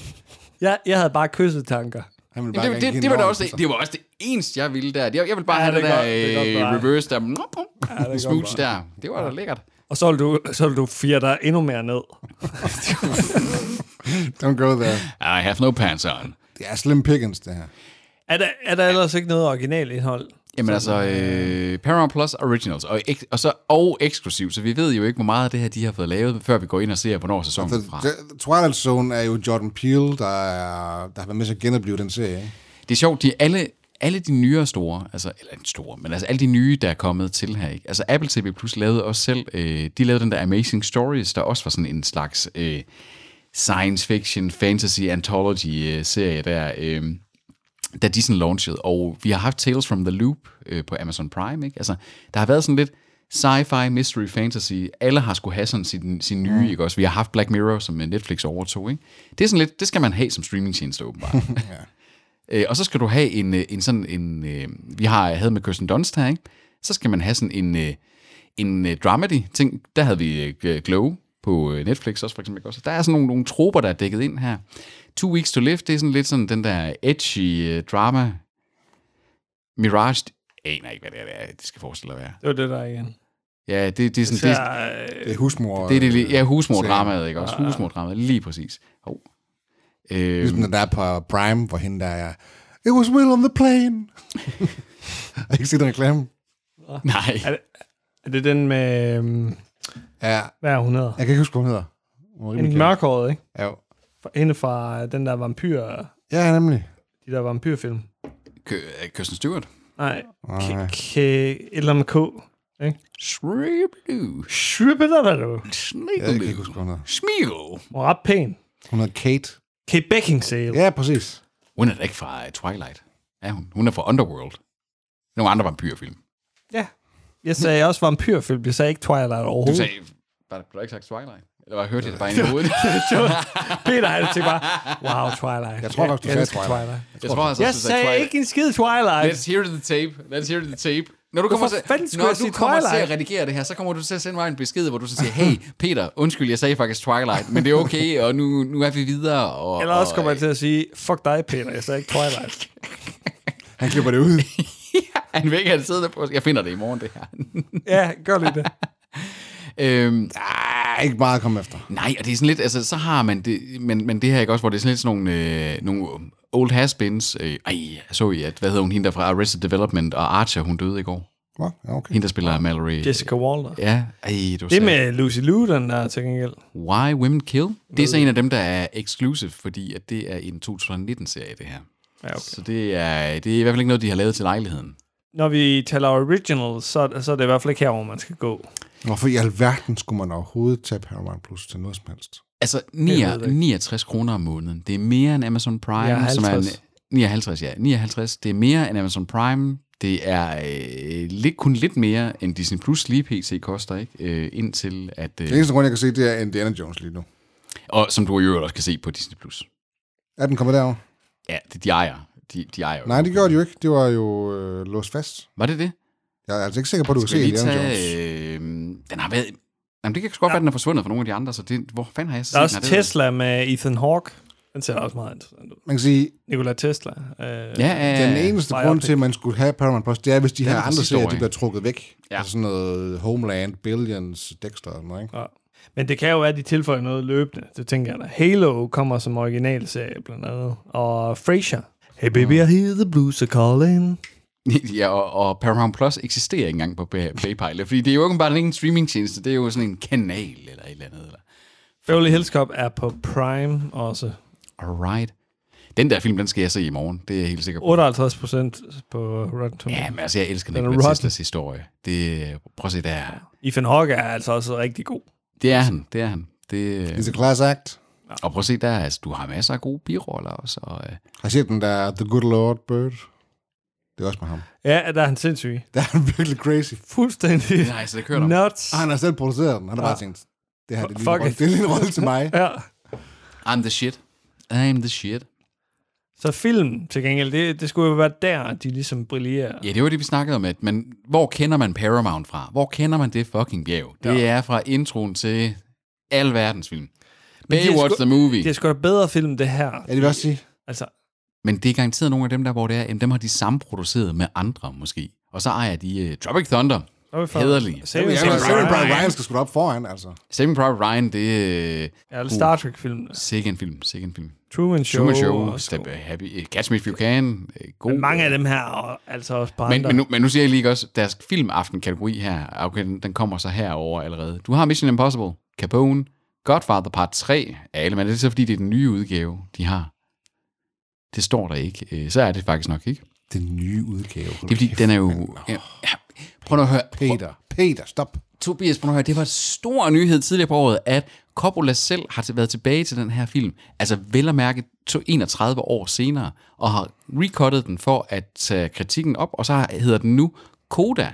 A: Jeg, jeg havde bare kysset tanker.
B: Han ville bare
C: Det,
B: gerne
C: det,
B: give
C: det,
B: en
C: det, var da
B: ordentlig
C: også det, det var også det eneste, jeg ville der. Jeg, jeg ville bare
A: Ja,
C: ja, have
A: det
C: det,
A: er
C: der
A: godt, det er godt
C: øh,
A: bare.
C: reverse der.
A: er
C: Ja,
A: godt
C: smooch der. Det var da lækkert.
A: Og så vil du, så vil du fire dig endnu mere ned.
B: Don't go there.
C: I have no pants on.
B: Det er Slim Pickens, det her.
A: Er der, er der ellers ikke noget originalt indhold?
C: Jamen altså, øh, Paramount Plus Originals, og, ek, og, så, og eksklusivt, så vi ved jo ikke, hvor meget af det her, de har fået lavet, før vi går ind og ser, hvornår sæsonen
B: The,
C: er fra.
B: the, the Twilight Zone er jo Jordan Peele, der, er, der har været med til at genopleve den serie. ikke?
C: Det er sjovt, de alle, alle de nyere store, altså, eller ikke store, men altså alle de nye, der er kommet til her, ikke? Altså Apple TV Plus lavede også selv, øh, de lavede den der Amazing Stories, der også var sådan en slags øh, science fiction, fantasy, anthology-serie der, øh, da de sådan launchede. Og vi har haft Tales from the Loop øh, på Amazon Prime, ikke? Altså, der har været sådan lidt sci-fi, mystery, fantasy. Alle har skulle have sådan sin, sin nye, ikke også? Vi har haft Black Mirror, som øh, Netflix overtog, ikke? Det er sådan lidt, det skal man have som streamingtjeneste åbenbart. Øh, og så skal du have en, øh, en sådan en, øh, vi har havde med Kirsten Dunst her, ikke? så skal man have sådan en, øh, en øh, dramedy ting. Der havde vi øh, Glow på øh, Netflix også for eksempel. ikke Også. Der er sådan nogle, nogle troper, der er dækket ind her. Two Weeks to Live, det er sådan lidt sådan den der edgy øh, drama. Mirage, jeg aner ikke, hvad det er, det skal forestille at være.
A: Det var det der igen.
C: Ja, det, det er
A: Så,
C: sådan, det, er-
A: øh,
B: Det er husmor.
C: det, er det, li- ja, husmordramaet, ikke også? Husmordramaet, lige præcis. Oh. Øh,
B: Ligesom den der på Prime, hvor hende der er, It was Will on the plane. Har I ikke set den reklame?
C: nej.
A: er det den med, øhm,
B: Ja,
A: hvad er hun hedder?
B: jeg kan ikke huske, hvad hun hedder. Hun er rimelig
A: En
B: kendt.
A: mørkhåret, ikke?
B: Ja,
A: Fra- Hende fra øh, den der vampyr,
B: ja nemlig.
A: de der vampyrfilm.
C: Kø- Kirsten Stewart.
A: Nej,
B: Nej.
A: k- k- et eller andet K.
C: Shrew.
A: Shribbler der du.
B: Jeg kan ikke huske, hvad hun hedder.
C: Smil.
A: Hun er ret pæn.
B: Hun hedder Kate.
A: Kate Beckinsale.
B: Ja, præcis.
C: Hun er da ikke fra øh, Twilight. Er hun? Hun er fra Underworld. Nogle andre vampyrfilm.
A: Ja. Jeg sagde også vampyrfilm, jeg sagde ikke Twilight
C: Du
A: overhovedet.
C: sagde, var du ikke sagt Twilight? Eller var hørte jeg det bare inde i hovedet?
A: Peter, han tænkte bare, wow, Twilight.
B: Jeg tror faktisk, du
A: Jeg
B: sagde
A: elsker
B: Twilight.
C: jeg tror, altså,
A: Jeg sagde ikke en skid Twilight.
C: Let's hear the tape. Let's hear the tape. Når du kommer, til,
A: fanden skulle
C: når
A: jeg
C: du
A: sige
C: kommer til at
A: Twilight?
C: redigere det her, så kommer du til at sende mig en besked, hvor du så siger, hey Peter, undskyld, jeg sagde faktisk Twilight, men det er okay, og nu, nu er vi videre. Og,
A: Eller også
C: og,
A: kommer jeg til at sige, fuck dig, Peter, jeg sagde ikke Twilight.
B: Han klipper det ud.
C: Han vil ikke have det siddende på. Jeg finder det i morgen, det her.
A: ja, gør lige det.
C: øhm,
B: Der er ikke meget at komme efter.
C: Nej, og det er sådan lidt, altså så har man det, men, men det her ikke også, hvor det er sådan lidt sådan nogle, øh, nogle old has-beens. Øh, ej, så I, at, hvad hedder hun, hende der fra Arrested Development og Archer, hun døde i går.
B: Nå, ja, okay.
C: Hende der spiller Mallory.
A: Jessica Walter.
C: Ja, ej, du
A: Det
C: sagde,
A: med Lucy Liu, den der til gengæld.
C: Why Women Kill. Det er så en af dem, der er exclusive, fordi at det er en 2019-serie, det her.
A: Ja, okay.
C: Så det er, det er i hvert fald ikke noget, de har lavet til lejligheden.
A: Når vi taler original, så, så er det i hvert fald ikke her, hvor man skal gå.
B: Hvorfor i alverden skulle man overhovedet tage Paramount Plus til noget som helst?
C: Altså
A: ved jeg
C: 9,
A: ikke.
C: 69 kroner om måneden. Det er mere end Amazon Prime, som er en,
A: 59.
C: 59, ja. 59, det er mere end Amazon Prime. Det er øh, lidt, kun lidt mere end Disney Plus lige PC koster, ikke? Øh, indtil at...
B: Den
C: Øh,
B: eneste grund, jeg kan se, det er Indiana Jones lige nu.
C: og som du i øvrigt også kan se på Disney Plus.
B: Er den kommet derover?
C: Ja, det, de ejer. De, de ejer jo.
B: Nej, det gjorde de jo ikke. Det var jo øh, låst fast.
C: Var det det?
B: Jeg er altså ikke sikker på, at du kan se
C: vi lige
B: Indiana Jones.
C: tage... Øh, den har været... Jamen, det kan sgu godt være, at den er forsvundet fra nogle af de andre, så det, hvor fanden har jeg så
A: Der er
C: set
A: også
C: den?
A: Tesla med Ethan Hawke. Den ser også meget interessant ud.
B: Man kan sige,
A: Nikola Tesla. Øh,
C: Ja, ja,
B: Den
C: ja.
B: eneste
A: Biopic.
B: grund til, at man skulle have Paramount Plus, det er, hvis de her
C: er fra
B: andre
C: sidste år,
B: serier, de
C: ikke?
B: bliver trukket væk.
C: Ja.
B: Ja. Altså sådan noget Homeland, Billions, Dexter og sådan noget, ikke?
A: ja. Men det kan jo være, at de tilføjer noget løbende. Det tænker jeg da. Halo kommer som originalserie blandt andet. Og Frasier. Hey baby, I hear the blues are calling.
C: Ja, og, og Paramount Plus eksisterer ikke engang på Bay- Baypilot, fordi det er jo ikke bare en streamingtjeneste, det er jo sådan en kanal eller et eller andet. Eller.
A: Beverly Hills Cop er på Prime også.
C: Alright. Den der film, den skal jeg se i morgen, det er jeg helt sikker på.
A: 58 procent på Rotten Tomatoes.
C: Ja, men altså, jeg elsker
A: Den er
C: Nikola
A: rotten.
C: Teslas historie. Det, prøv at se, der.
A: Ethan Hawke er altså også rigtig god.
C: Det er han, det er han. Det,
B: It's a class act.
C: og prøv at se, der er- altså, du har masser af gode biroller også. Og, øh,
B: Har I set den der The Good Lord Bird? Det er også med ham.
A: Ja, der er han sindssyg.
B: Det er virkelig crazy.
A: Fuldstændig
C: nej, så det kører om.
A: nuts.
B: Og Ah, han har selv produceret den. Han har
A: Ja.
B: bare tænkt, det her det er
A: Fuck
B: lige en rolle-
A: it.
B: det er lige en rolle til mig.
A: Ja.
C: I'm the shit. I'm the shit.
A: Så film til gengæld, det, det skulle jo være der, de ligesom brillerer.
C: Ja, det var det, vi snakkede om, at man, hvor kender man Paramount fra? Hvor kender man det fucking bjerg? Det er fra introen til al verdens film.
A: det er
C: Baywatch
A: sgu-
C: the movie.
A: Det er sgu da bedre film, det her.
B: Ja, det vil jeg også sige.
A: Altså,
C: Men det er garanteret nogle af dem der, hvor det er, jamen, dem har de samproduceret med andre måske. Og så ejer de uh, Tropic Thunder.
A: hvad er vi for?
C: Hederlige.
A: Saving
B: Ja,
A: Private
B: Saving Private
A: Ryan.
B: Ryan skal sgu da op foran, altså.
C: Saving Private Ryan, det er uh,
A: Ja, eller Star Trek-film.
C: sikke en film, sikke en film.
A: Truman Show.
C: Truman Show,
A: også
C: Step
A: god.
C: Happy, uh, Catch Me If You Can. Uh, god.
A: Men mange af dem her, og altså også på
C: men,
A: andre.
C: men, nu, men nu siger jeg lige også, deres filmaften-kategori her, okay, den, den kommer så herover allerede. Du har Mission Impossible, Capone, Godfather Part 3 af alle, men det er så fordi, det er den nye udgave, de har. Det står der ikke. Øh, Så er det faktisk nok ikke.
B: Den nye udgave.
C: Det er fordi, den er jo... Ja, ja. prøv nu at høre. Prøv,
B: Peter, Peter, stop.
C: Tobias, prøv nu at høre. Det var en stor nyhed tidligere på året, at Coppola selv har til- været tilbage til den her film. Altså vel at mærke to- 31 år senere, og har recuttet den for at tage kritikken op, og så har- hedder den nu Coda,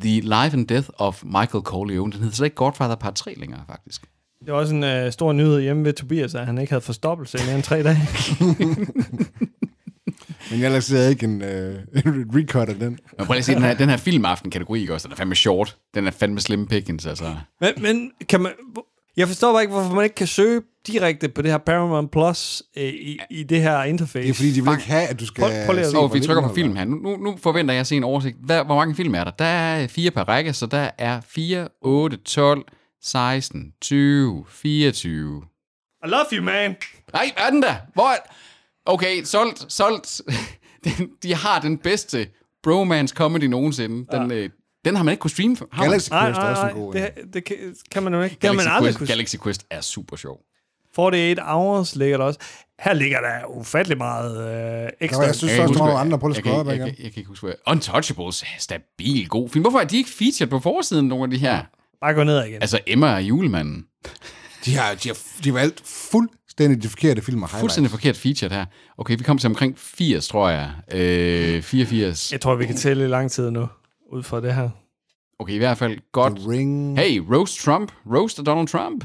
C: The Life and Death of Michael Corleone. Den hedder slet ikke Godfather Part 3 længere, faktisk.
A: Det var også en øh, stor nyhed hjemme ved Tobias, at han ikke havde forstoppelse i mere end tre dage.
B: Men jeg lancerede ikke en, øh, en recut af den.
C: Men prøv lige at se, den her, den her filmaften-kategori, ikke også? Den er fandme short. Den er fandme slim pickings, altså.
A: Men, men kan man... Jeg forstår bare ikke, hvorfor man ikke kan søge direkte på det her Paramount Plus øh, i, i det her interface.
B: Det er fordi, de vil ikke have, at du skal...
A: Prøv- prøv lige at-
B: se,
A: Åh,
C: Og
B: hvor
C: vi trykker på
B: lidt indhold
C: film her. Nu, nu, nu forventer jeg at se en oversigt. Hvad, hvor mange film er der? Der er fire per række, så der er 4, 8, 12, 16, 20, 24.
A: I love you, man!
C: Nej, er den der? Hvor er... Okay, solgt, solgt. Den, de har den bedste bromance comedy nogensinde. Den, ja. øh, den har man ikke kunne streame for.
B: der.
C: Har man?
B: Galaxy
A: Nej,
B: Quest er også
A: nej,
B: en god
A: nej.
B: en.
A: Det, det kan, kan man jo ikke. Det har man
C: Galaxy,
A: aldrig
C: Quest,
A: kunne
C: Galaxy Quest er super sjov.
A: 48 Hours ligger der også. Her ligger der ufattelig meget øh, ekstra.
B: jeg synes-
C: Jeg kan
B: også,
C: ikke
B: der var
C: huske,
B: andre på, der
C: jeg
B: skulle
C: kan-
B: op,
C: jeg
B: ikke?
C: kan- Jeg kan ikke huske, hvad. Untouchables, stabil, god film. Hvorfor er de ikke featured på forsiden, nogle af de her?
A: Bare gå ned igen.
C: Altså, Emma og julemanden.
B: De har, de har, de har valgt fuldstændig de forkerte film og highlights.
C: Fuldstændig forkert featured her. Okay, vi kom til omkring 80, tror jeg. Øh, 84.
A: Jeg tror, vi kan tælle i lang tid nu, ud fra det her.
C: Okay, i hvert fald godt.
B: The Ring.
C: Hey, roast Trump. Roast af Donald Trump.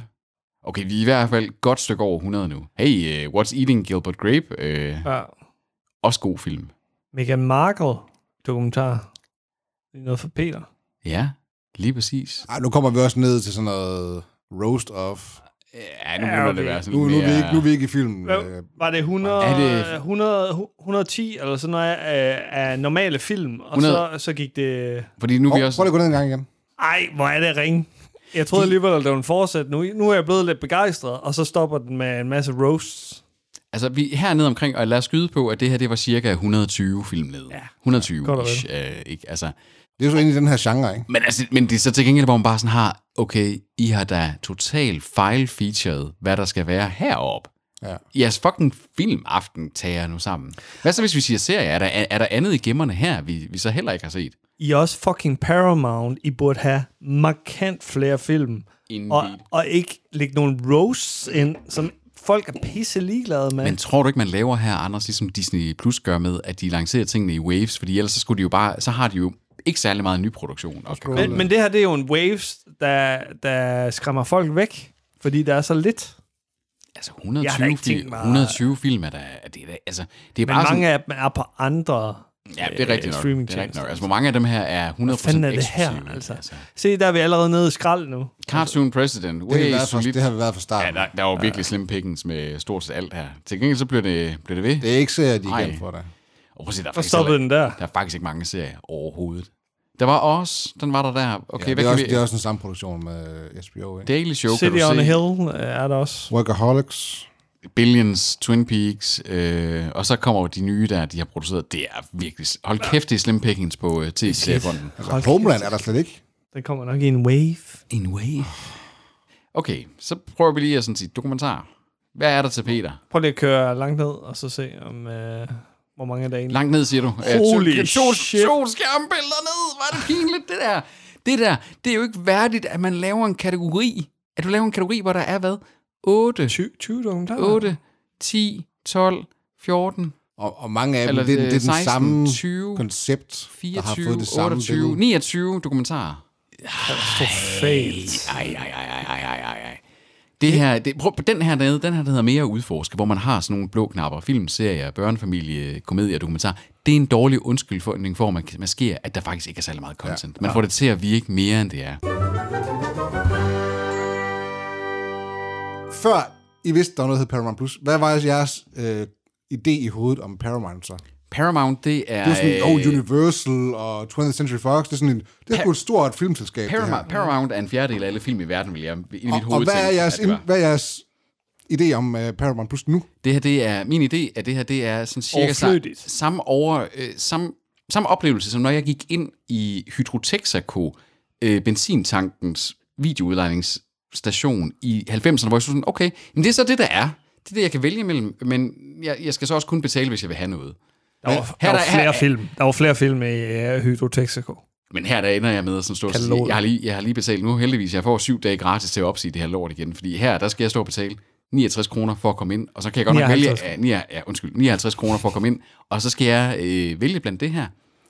C: Okay, vi er i hvert fald et godt stykke over 100 nu. Hey, uh, What's Eating Gilbert Grape. Uh,
A: Ja.
C: også god film.
A: Meghan Markle dokumentar. Det er noget for Peter.
C: Ja, lige præcis.
B: Ej, nu kommer vi også ned til sådan noget roast of...
C: Ja, nu begynder
A: Ja,
C: ja,
A: okay.
C: det at være sådan
B: Nu, nu,
C: mere...
B: er vi ikke, nu er vi ikke i filmen.
A: Hvad,
B: Øh,
A: var det 100,
C: Er det-
A: 100, 110 eller sådan noget af, af normale film, og
C: 100.
A: så, så gik det...
C: Fordi nu er
B: Hov, Prøv
C: vi
B: lige
C: også...
B: at gå ned en gang igen.
A: Ej, hvor er det ring. Jeg troede alligevel, at det var en fortsæt nu. Nu er jeg blevet lidt begejstret, og så stopper den med en masse roasts.
C: Altså, vi er hernede omkring, og lad os skyde på, at det her, det var cirka 120 filmled. Ja, 120
A: godt og
C: ish, øh, ikke? Altså,
B: Det er jo så egentlig den her genre, ikke?
C: Men, altså, men det er så til gengæld, hvor man bare sådan har, okay, I har da totalt fejlfeatured, hvad der skal være heroppe.
B: Ja.
C: Jeres fucking filmaften tager nu sammen. Hvad så, hvis vi siger serie? Er der, er, er der andet i gemmerne her, vi, vi så heller ikke har set?
A: I er også fucking Paramount. I burde have markant flere film. Og,
C: Indeed.
A: og ikke lægge nogle roasts ind, som folk er pisse ligeglade med.
C: Men tror du ikke, man laver her, Anders, ligesom Disney Plus gør med, at de lancerer tingene i waves? Fordi ellers så, skulle de jo bare, så har de jo ikke særlig meget nyproduktion. Og kan
A: Men, men det her, det er jo en waves, der, der skræmmer folk væk, fordi der er så lidt.
C: altså
A: Jeg har da
C: 120,
A: ikke tænkt
C: film,
A: mig-
C: 120 film er der... Er det, er- altså, det er
A: Men
C: bare sådan,
A: mange af dem er på andre
C: Ja, det er rigtigt nok. Det er rigtigt
A: streamingtjenester.
C: nok. Altså, hvor mange af dem her er 100%
A: Fanden er det
C: eksklusive?
A: her, altså. Se, der er vi allerede nede i skrald nu.
C: Cartoon President,
B: Det har, vi
C: way
B: været fra,
C: solid.
B: det har vi været fra
C: Ja,
B: starten.
C: der, der var virkelig slim pickings med stort set alt her. Til gengæld så blev det, blev det ved.
B: Det er ikke serier, de
C: Ej.
B: igen for dig.
C: Og prøv at se, der er,
A: Så
C: faktisk
A: stoppede
C: heller,
A: den der.
C: der er faktisk ikke mange serier overhovedet. Der var også, den var der der. Okay,
B: Ja, det, er
C: hvad kan
B: også,
C: vi...
B: det er også en samproduktion med øh, HBO, ikke?
C: Daily Show,
A: City
C: kan
A: on
C: du
A: a
C: se.
A: Hill øh, er der også.
B: Workaholics.
C: Billions, Twin Peaks, øh, og så kommer jo de nye der, de har produceret. Det er virkelig... Hold kæft, det er slim pickings på øh, tv-seriefonden.
B: Altså, Homeland er der slet ikke.
A: Den kommer nok i en wave.
C: In way. Okay, så prøver vi lige at sådan sige dokumentar. Hvad er der til Peter?
A: Prøv lige at køre langt ned, og så se, om øh, hvor mange af dagene.
C: Langt ned, siger du.
A: Holy
C: to, to,
A: shit.
C: To skærmbilleder ned. Var det pinligt, det der. Det der, det er jo ikke værdigt, at man laver en kategori. At du laver en kategori, hvor der er hvad? 8,
A: 20, 20 dokumentarer.
C: 8, 10, 12, 14,
B: Og, og mange af dem,
C: Eller, øh,
B: det, det, er den
C: 16,
B: samme
C: 20,
B: koncept, der har
C: 24,
B: fået det samme
C: 28,
B: billede.
C: 29 dokumentarer.
A: Katastrofalt.
C: Ej, ej, ej, ej, ej, ej, ej, ej. Det her, det, prøv, den her dernede, den her, der hedder Mere at udforske, hvor man har sådan nogle blå knapper, film, serier, børnefamilie, komedier, dokumentar. Det er en dårlig undskyldning for, at man maskerer, at der faktisk ikke er særlig meget content. Ja. Man får det til at virke mere, end det er.
B: Før I vidste, der var noget, der hed Paramount Plus, hvad var jeres øh, idé i hovedet om Paramount så?
C: Paramount, det er...
B: Det er sådan,
C: øh,
B: oh, Universal og 20th Century Fox, det er sådan en, det er sgu et stort filmselskab, det her.
C: Paramount, Paramount er en fjerdedel af alle film i verden, vil jeg i mit
B: Og,
C: hoved
B: og hvad, er
C: tænke,
B: jeres,
C: at det, var.
B: hvad er jeres idé om uh, Paramount Plus nu?
C: det her, det er min idé, at det her, det er sådan cirka sa-
A: Overflødigt.
C: samme, over, øh, samme, samme oplevelse, som når jeg gik ind i Hydrotexaco, øh, benzintankens videoudlejningsstation i 90'erne, hvor jeg synes sådan, okay, men det er så det, der er. Det er det, jeg kan vælge imellem, men jeg, jeg skal så også kun betale, hvis jeg vil have noget.
A: Der var, der
C: her
A: var
C: er der- her
A: flere
C: er-
A: film. Der var flere film i uh, Hydro Texaco.
C: Men her der ender jeg med at sådan stå og sige,
A: Katalog.
C: jeg har, lige, jeg har lige betalt nu, heldigvis, jeg får syv dage gratis til at opsige det her lort igen, fordi her, der skal jeg stå og betale 69 kroner for at komme ind, og så kan jeg godt nok vælge,
A: 59.
C: ja, 9, ja, undskyld, 59 kroner for at komme ind, og så skal jeg øh, vælge blandt det her,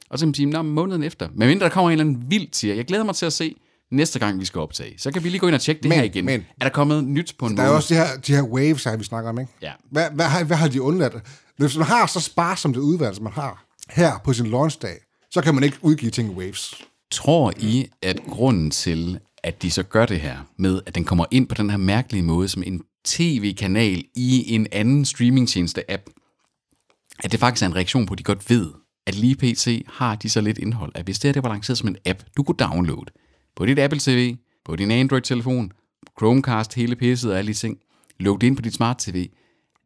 C: og så kan man sige, nå, måneden efter, medmindre der kommer en eller anden vild tier, jeg glæder mig til at se næste gang, vi skal optage, så kan vi lige gå ind og tjekke det
B: Men-
C: her igen.
B: men-
C: er der kommet nyt på en
B: Der er
C: måned?
B: jo også de her, de her waves her, vi snakker om, ikke?
C: Ja.
B: Hvad, hvad, har, hvad har de undladt? Hvis man har så sparsomt det udvalg, som man har her på sin launchdag, så kan man ikke udgive ting i waves.
C: Tror I, at grunden til, at de så gør det her, med at den kommer ind på den her mærkelige måde, som en tv-kanal i en anden streamingtjeneste-app, at det faktisk er en reaktion på, at de godt ved, at lige pt. har de så lidt indhold, at hvis det her det var lanceret som en app, du kunne downloade på dit Apple TV, på din Android-telefon, Chromecast, hele pisset og alle de ting, luk det ind på dit smart-tv,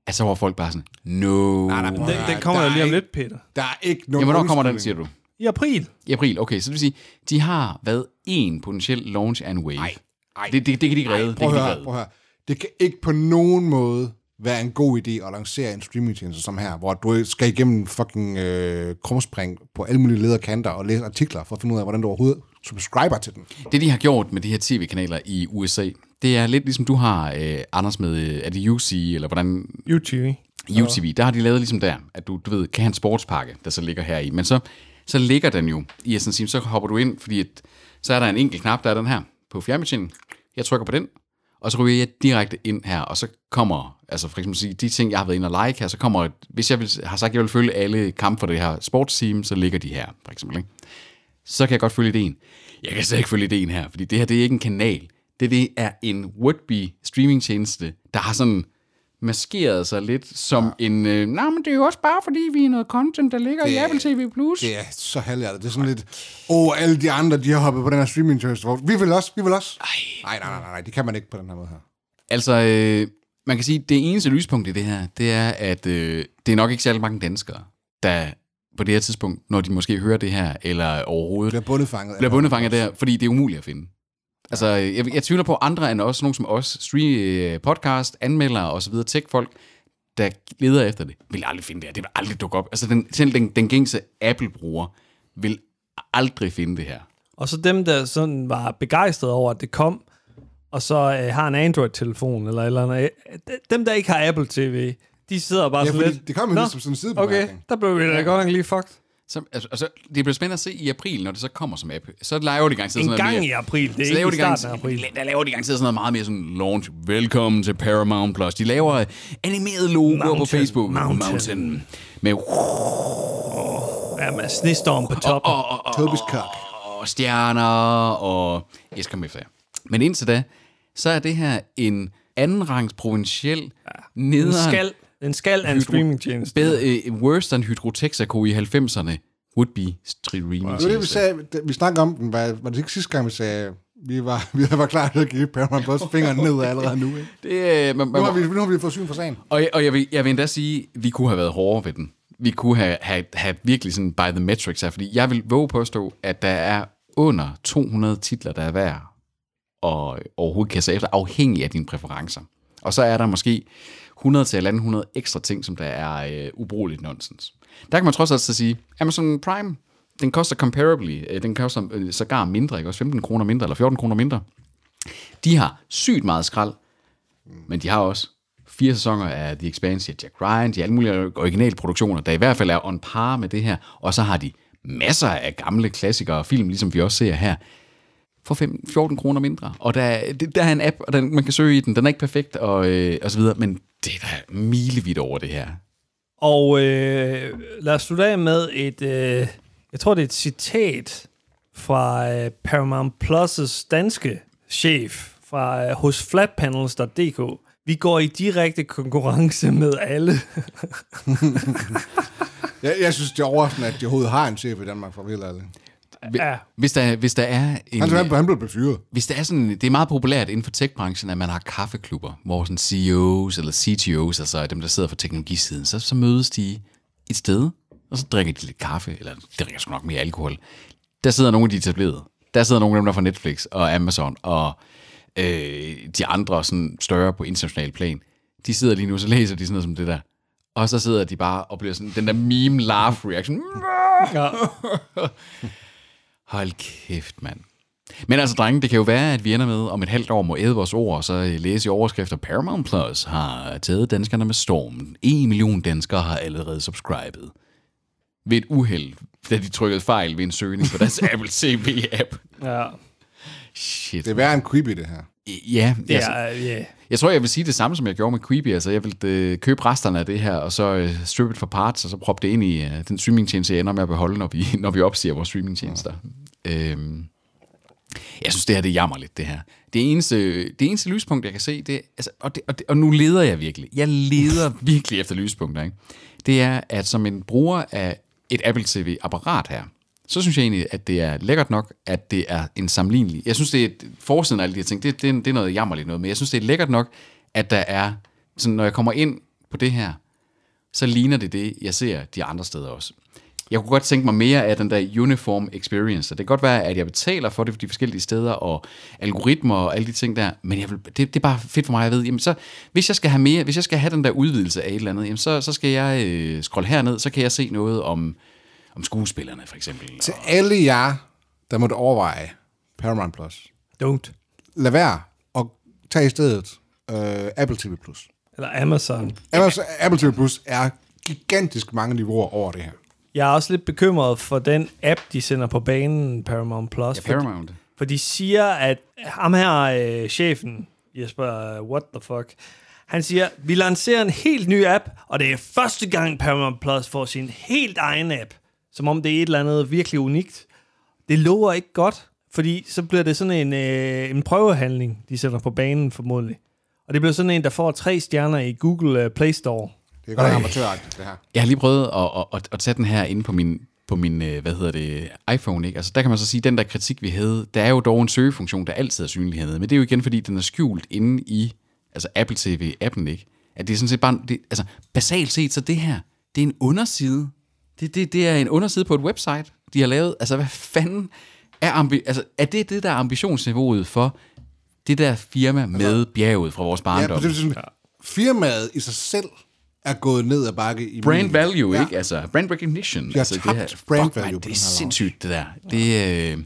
C: at så var folk bare sådan, no. Nej, nej,
B: men
A: Den, den kommer
B: der
A: jo
B: er
A: lige om
B: ikke-
A: lidt, Peter.
B: Der er ikke nogen
C: Jamen, hvornår kommer den,
B: undskyldning.
C: siger du?
A: I april.
C: I april, okay. Så det vil sige, de har været en potentiel launch and wave. Nej, nej. Det, det, det kan de ikke redde. det
B: Prøv
C: kan
B: at
C: de
B: høre,
C: ikke
B: prøv
C: redde.
B: at høre. Det kan ikke på nogen måde være en god idé at lancere en streamingtjeneste som her, hvor du skal igennem fucking øh, krumspring på alle mulige lederkanter og læse artikler for at finde ud af, hvordan du overhovedet subscriber til den.
C: Det, de har gjort med de her tv-kanaler i USA, det er lidt ligesom du har, øh, Anders, med, øh, er det UC, eller hvordan
A: YouTube.
C: UTV, der har de lavet ligesom der, at du, du ved, kan have en sportspakke, der så ligger her i. Men så, så ligger den jo i sådan sige, så hopper du ind, fordi at, så er der en enkelt knap, der er den her på fjernbetjeningen. Jeg trykker på den, og så ryger jeg direkte ind her, og så kommer, altså for eksempel sige, de ting, jeg har været inde og like her, så kommer, hvis jeg vil, har sagt, at jeg vil følge alle kampe for det her sportsteam, så ligger de her, for eksempel. Ikke? så kan jeg godt følge ideen. Jeg kan slet ikke følge ideen her, fordi det her det er ikke en kanal. Det, det er en would-be streamingtjeneste, der har sådan maskeret sig lidt som ja. en... Øh, Nej, men det er jo også bare, fordi vi er noget content, der ligger det, i Apple TV+. Plus.
B: Det er så halvhjertet. Det er sådan lidt, åh, oh, alle de andre, de har hoppet på den her streamingtjeneste. hvor- Vi vil også, vi vil også. Nej, nej, nej, nej, nej, det kan man ikke på den her måde her.
C: Altså, øh, man kan sige, det eneste lyspunkt i det her, det er, at øh, det er nok ikke særlig mange danskere, der på det her tidspunkt, når de måske hører det her, eller overhovedet,
B: Bliver bundefanget.
C: bliver bundefanget der, fordi det er umuligt at finde. Altså, jeg, jeg tvivler på andre end os, nogen som os, stream, øh, podcast, anmeldere osv., tech-folk, der leder efter det, vil aldrig finde det her. Det vil aldrig dukke op. Altså, den, selv den, den gængse Apple-bruger vil aldrig finde det her.
A: Og så dem, der sådan var begejstrede over, at det kom, og så øh, har en Android-telefon eller et eller andet. Øh, d- Dem, der ikke har Apple TV, de sidder bare
B: Ja,
A: sådan
B: fordi
A: lidt...
B: det kom jo
A: "Nå,
B: lidt som sådan en sidebemærkning."
A: Okay, der blev vi da godt nok lige fucked.
C: Så, altså, altså, det bliver spændende at se i april, når det så kommer som app. Så laver de gang til
A: En
C: sådan noget
A: gang
C: mere-
A: i april, det
C: Så
A: er
C: laver
A: ikke
C: de
A: i
C: gang,
A: starten af april.
C: der laver de gang til sådan noget meget mere sådan launch. Velkommen til Paramount Plus. De laver øh, animerede logoer på
A: Mountain,
C: Facebook.
A: Mountain.
C: Mountain. Med
A: Ja, med snestorm på toppen.
C: og, og, og,
B: Tobis kak.
C: og stjerner, og jeg skal komme efter jer. Men indtil da, så er det her en andenrangs provinciel ja.
A: Den
C: nederen,
A: skal, den skal af en streamingtjeneste.
C: bed, uh, worse than Hydro Texaco i 90'erne, would be streaming.
B: Det var det, vi sagde. da- Vi snakkede om den, var, var det ikke sidste gang, vi sagde, vi var, vi var klar til at give Paramount Plus fingeren ned allerede nu. Ikke?
C: Det, øh, man,
B: Nu
C: man,
B: har vi, nu har vi fået syn for sagen.
C: Og, jeg, og jeg, vil, jeg vil endda sige, at vi kunne have været hårdere ved den. Vi kunne have, have, have virkelig sådan by the metrics her, fordi jeg vil våge påstå, at der er under 200 titler, der er værd og overhovedet kan se efter, afhængig af dine præferencer. Og så er der måske 100 til 100 ekstra ting, som der er øh, ubrugeligt nonsens. Der kan man trods alt så sige, Amazon Prime, den koster comparably, øh, den koster øh, sågar mindre, ikke også 15 kroner mindre, eller 14 kroner mindre. De har sygt meget skrald, men de har også fire sæsoner af The Expanse, af Jack Ryan, de har alle mulige originale produktioner, der i hvert fald er on par med det her, og så har de masser af gamle klassikere og film, ligesom vi også ser her, for fem- 14 kroner mindre. Og der, er- det- der er en app, og den, man kan søge i den, den er ikke perfekt, og, øh, og så videre, men det er da milevidt over det her.
A: Og øh, lad os slutte af med et, øh, jeg tror det er et citat fra øh, Paramount Plus' danske chef fra øh, hos flatpanels.dk. Vi går i direkte konkurrence med alle.
B: Jeg, jeg synes, det er overraskende, at de overhovedet har en chef i Danmark, for helt ærligt.
A: Ja.
C: Hvis der, hvis der er en...
B: Han, han, han blev befyret.
C: Hvis det er sådan, det er meget populært inden for tech-branchen, at man har kaffeklubber, hvor sådan CEOs eller CTOs, altså dem, der sidder for teknologisiden, så, så mødes de et sted, og så drikker de lidt kaffe, eller de drikker sgu nok mere alkohol. Der sidder nogle af de etablerede. Der sidder nogle af dem, der er fra Netflix og Amazon og øh, de andre sådan større på international plan. De sidder lige nu, så læser de sådan noget som det der. Og så sidder de bare og bliver sådan den der meme laugh reaction.
A: Ja.
C: Hold kæft, mand. Men altså, drenge, det kan jo være, at vi ender med, om et halvt år må æde vores ord, og så øh, læse i overskrifter, Paramount Plus har taget danskerne med stormen. En million danskere har allerede subscribet. Ved et uheld, da de trykkede fejl ved en søgning på deres Apple TV-app.
A: ja.
C: Shit.
B: Det er værre end creepy, det her.
C: Ja,
A: Det
C: altså,
A: er, øh, yeah.
C: jeg tror, jeg vil sige det samme, som jeg gjorde med Creepy. Altså, jeg vil øh, købe resterne af det her, og så øh, strippe det for parts, og så proppe det ind i øh, den streamingtjeneste, jeg ender med at beholde, når vi, når vi opsiger vores streamingtjenester.
A: Mm.
C: Øhm, jeg synes, det her det jammer lidt, det her. Det eneste, det eneste lyspunkt, jeg kan se, det, altså, og, det, og, det, og nu leder jeg virkelig. Jeg leder virkelig efter lyspunkter. Ikke? Det er, at som en bruger af et Apple TV-apparat her, så synes jeg egentlig, at det er lækkert nok, at det er en sammenlignelig... Jeg synes, det er forsiden af alle de her ting, det, det, det er noget jammerligt noget, men jeg synes, det er lækkert nok, at der er... Sådan, når jeg kommer ind på det her, så ligner det det, jeg ser de andre steder også. Jeg kunne godt tænke mig mere af den der uniform experience. Og det kan godt være, at jeg betaler for det for de forskellige steder, og algoritmer og alle de ting der, men jeg vil, det, det er bare fedt for mig at vide, jamen så, hvis jeg skal have mere, hvis jeg skal have den der udvidelse af et eller andet, jamen så, så skal jeg øh, scrolle herned, så kan jeg se noget om, om skuespillerne for eksempel.
B: Til alle jer, der måtte overveje Paramount+, Plus,
A: Don't.
B: lad være og tag i stedet øh, Apple TV+. Plus.
A: Eller Amazon.
B: Ellers, Apple TV Plus er gigantisk mange niveauer over det her.
A: Jeg er også lidt bekymret for den app, de sender på banen, Paramount Plus.
C: Ja, Paramount.
A: For de siger, at ham her, øh, chefen, Jesper, øh, what the fuck, han siger, vi lancerer en helt ny app, og det er første gang Paramount Plus får sin helt egen app. Som om det er et eller andet virkelig unikt. Det lover ikke godt, fordi så bliver det sådan en, øh, en prøvehandling, de sender på banen formodentlig. Og det bliver sådan en, der får tre stjerner i Google øh, Play Store.
B: Det er godt nok amatøragtigt, det her.
C: Jeg har lige prøvet at, at, at, at tage den her ind på min, på min øh, hvad hedder det, iPhone. Ikke? Altså, der kan man så sige, at den der kritik, vi havde, der er jo dog en søgefunktion, der altid er synlig hernede. Men det er jo igen, fordi den er skjult inde i altså Apple TV-appen. Ikke? At det er sådan set bare, det, altså basalt set, så det her, det er en underside. Det, det, det er en underside på et website, de har lavet. Altså, hvad fanden er, ambi- altså, er det det, der er ambitionsniveauet for det der firma med bjerget fra vores
B: Altså, Ja,
C: barndom?
B: på det er sådan, firmaet i sig selv er gået ned ad bakke i
C: brand
B: min-
C: value, ja. ikke? Altså, brand recognition.
B: har
C: altså,
B: tabt brand value
C: fuck,
B: på
C: man, det
B: den
C: er
B: her
C: sindssygt, det der. Det, øh...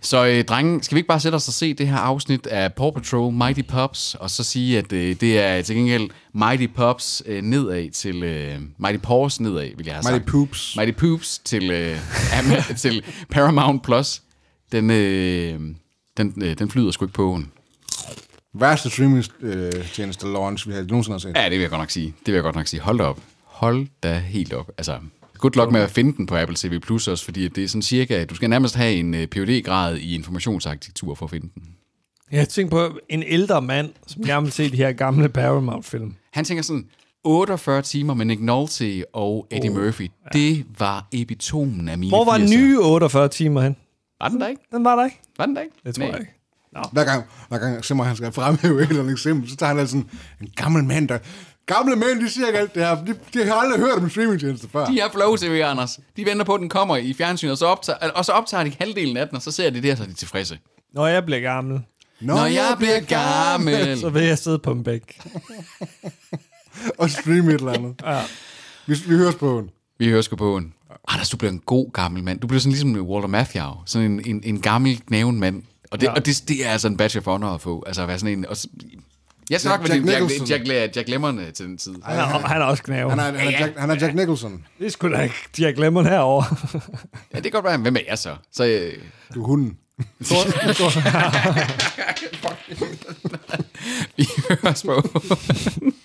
C: Så øh, drenge, skal vi ikke bare sætte os og se det her afsnit af Paw Patrol, Mighty Pops, og så sige, at øh, det er til gengæld Mighty Pops øh, nedad til... Øh, Mighty Paws nedad, vil jeg have
B: Mighty
C: sagt.
B: Poops.
C: Mighty Poops til, øh, Am- til Paramount+. Plus. Den, øh, den, øh, den flyder sgu ikke på åen.
B: Værste streamingtjeneste launch, vi har nogensinde har set.
C: Ja, det vil jeg godt nok sige. Det vil jeg godt nok sige. Hold da op. Hold da helt op. Altså, good luck med at finde den på Apple TV Plus også, fordi det er sådan cirka, du skal nærmest have en øh, phd grad i informationsarkitektur for at finde den.
A: Jeg tænker på en ældre mand, som gerne vil se de her gamle Paramount-film.
C: Han tænker sådan, 48 timer med Nick Nolte og Eddie oh, Murphy. Ja. Det var epitomen af mine
A: Hvor var
C: 80'er.
A: nye 48 timer hen?
C: Var den der ikke?
A: Den var der ikke.
C: Var den der ikke?
A: Det tror jeg ikke.
B: Hver gang, hver gang Simmer, han skal fremhæve et eller andet eksempel, så tager han altså sådan en gammel mand, der... Gamle mænd, de siger ikke alt det her, for de, de har aldrig hørt om streamingtjenester før.
C: De er flow TV, Anders. De venter på, at den kommer i fjernsynet, og så optager, og så optager de halvdelen af den, og så ser de det, og så er de tilfredse.
A: Når jeg bliver gammel,
C: Når jeg bliver gammel.
A: så vil jeg sidde på en bæk.
B: Og streame et eller andet. ja. vi, vi høres på en.
C: Vi hører sgu på en. Anders, du bliver en god gammel mand. Du bliver sådan ligesom Walter Matthau. Sådan en, en, en gammel, knæven mand. Og det, ja. og det, det er altså en bachelor for honor at få. Altså at være sådan en... Og, s- jeg skal nok
B: Jack
C: være din Jack,
B: Nicholson.
C: Jack, Jack, Jack Lemmon øh, til den tid.
A: Han er, han er også knæve.
B: Han er, han er, Jack, han er Jack Nicholson.
A: Det er sgu da ikke, de har glemt herovre.
C: Ja, det kan godt være. Hvem er jeg så? Så øh,
B: Du er hunden.
C: vi høres på.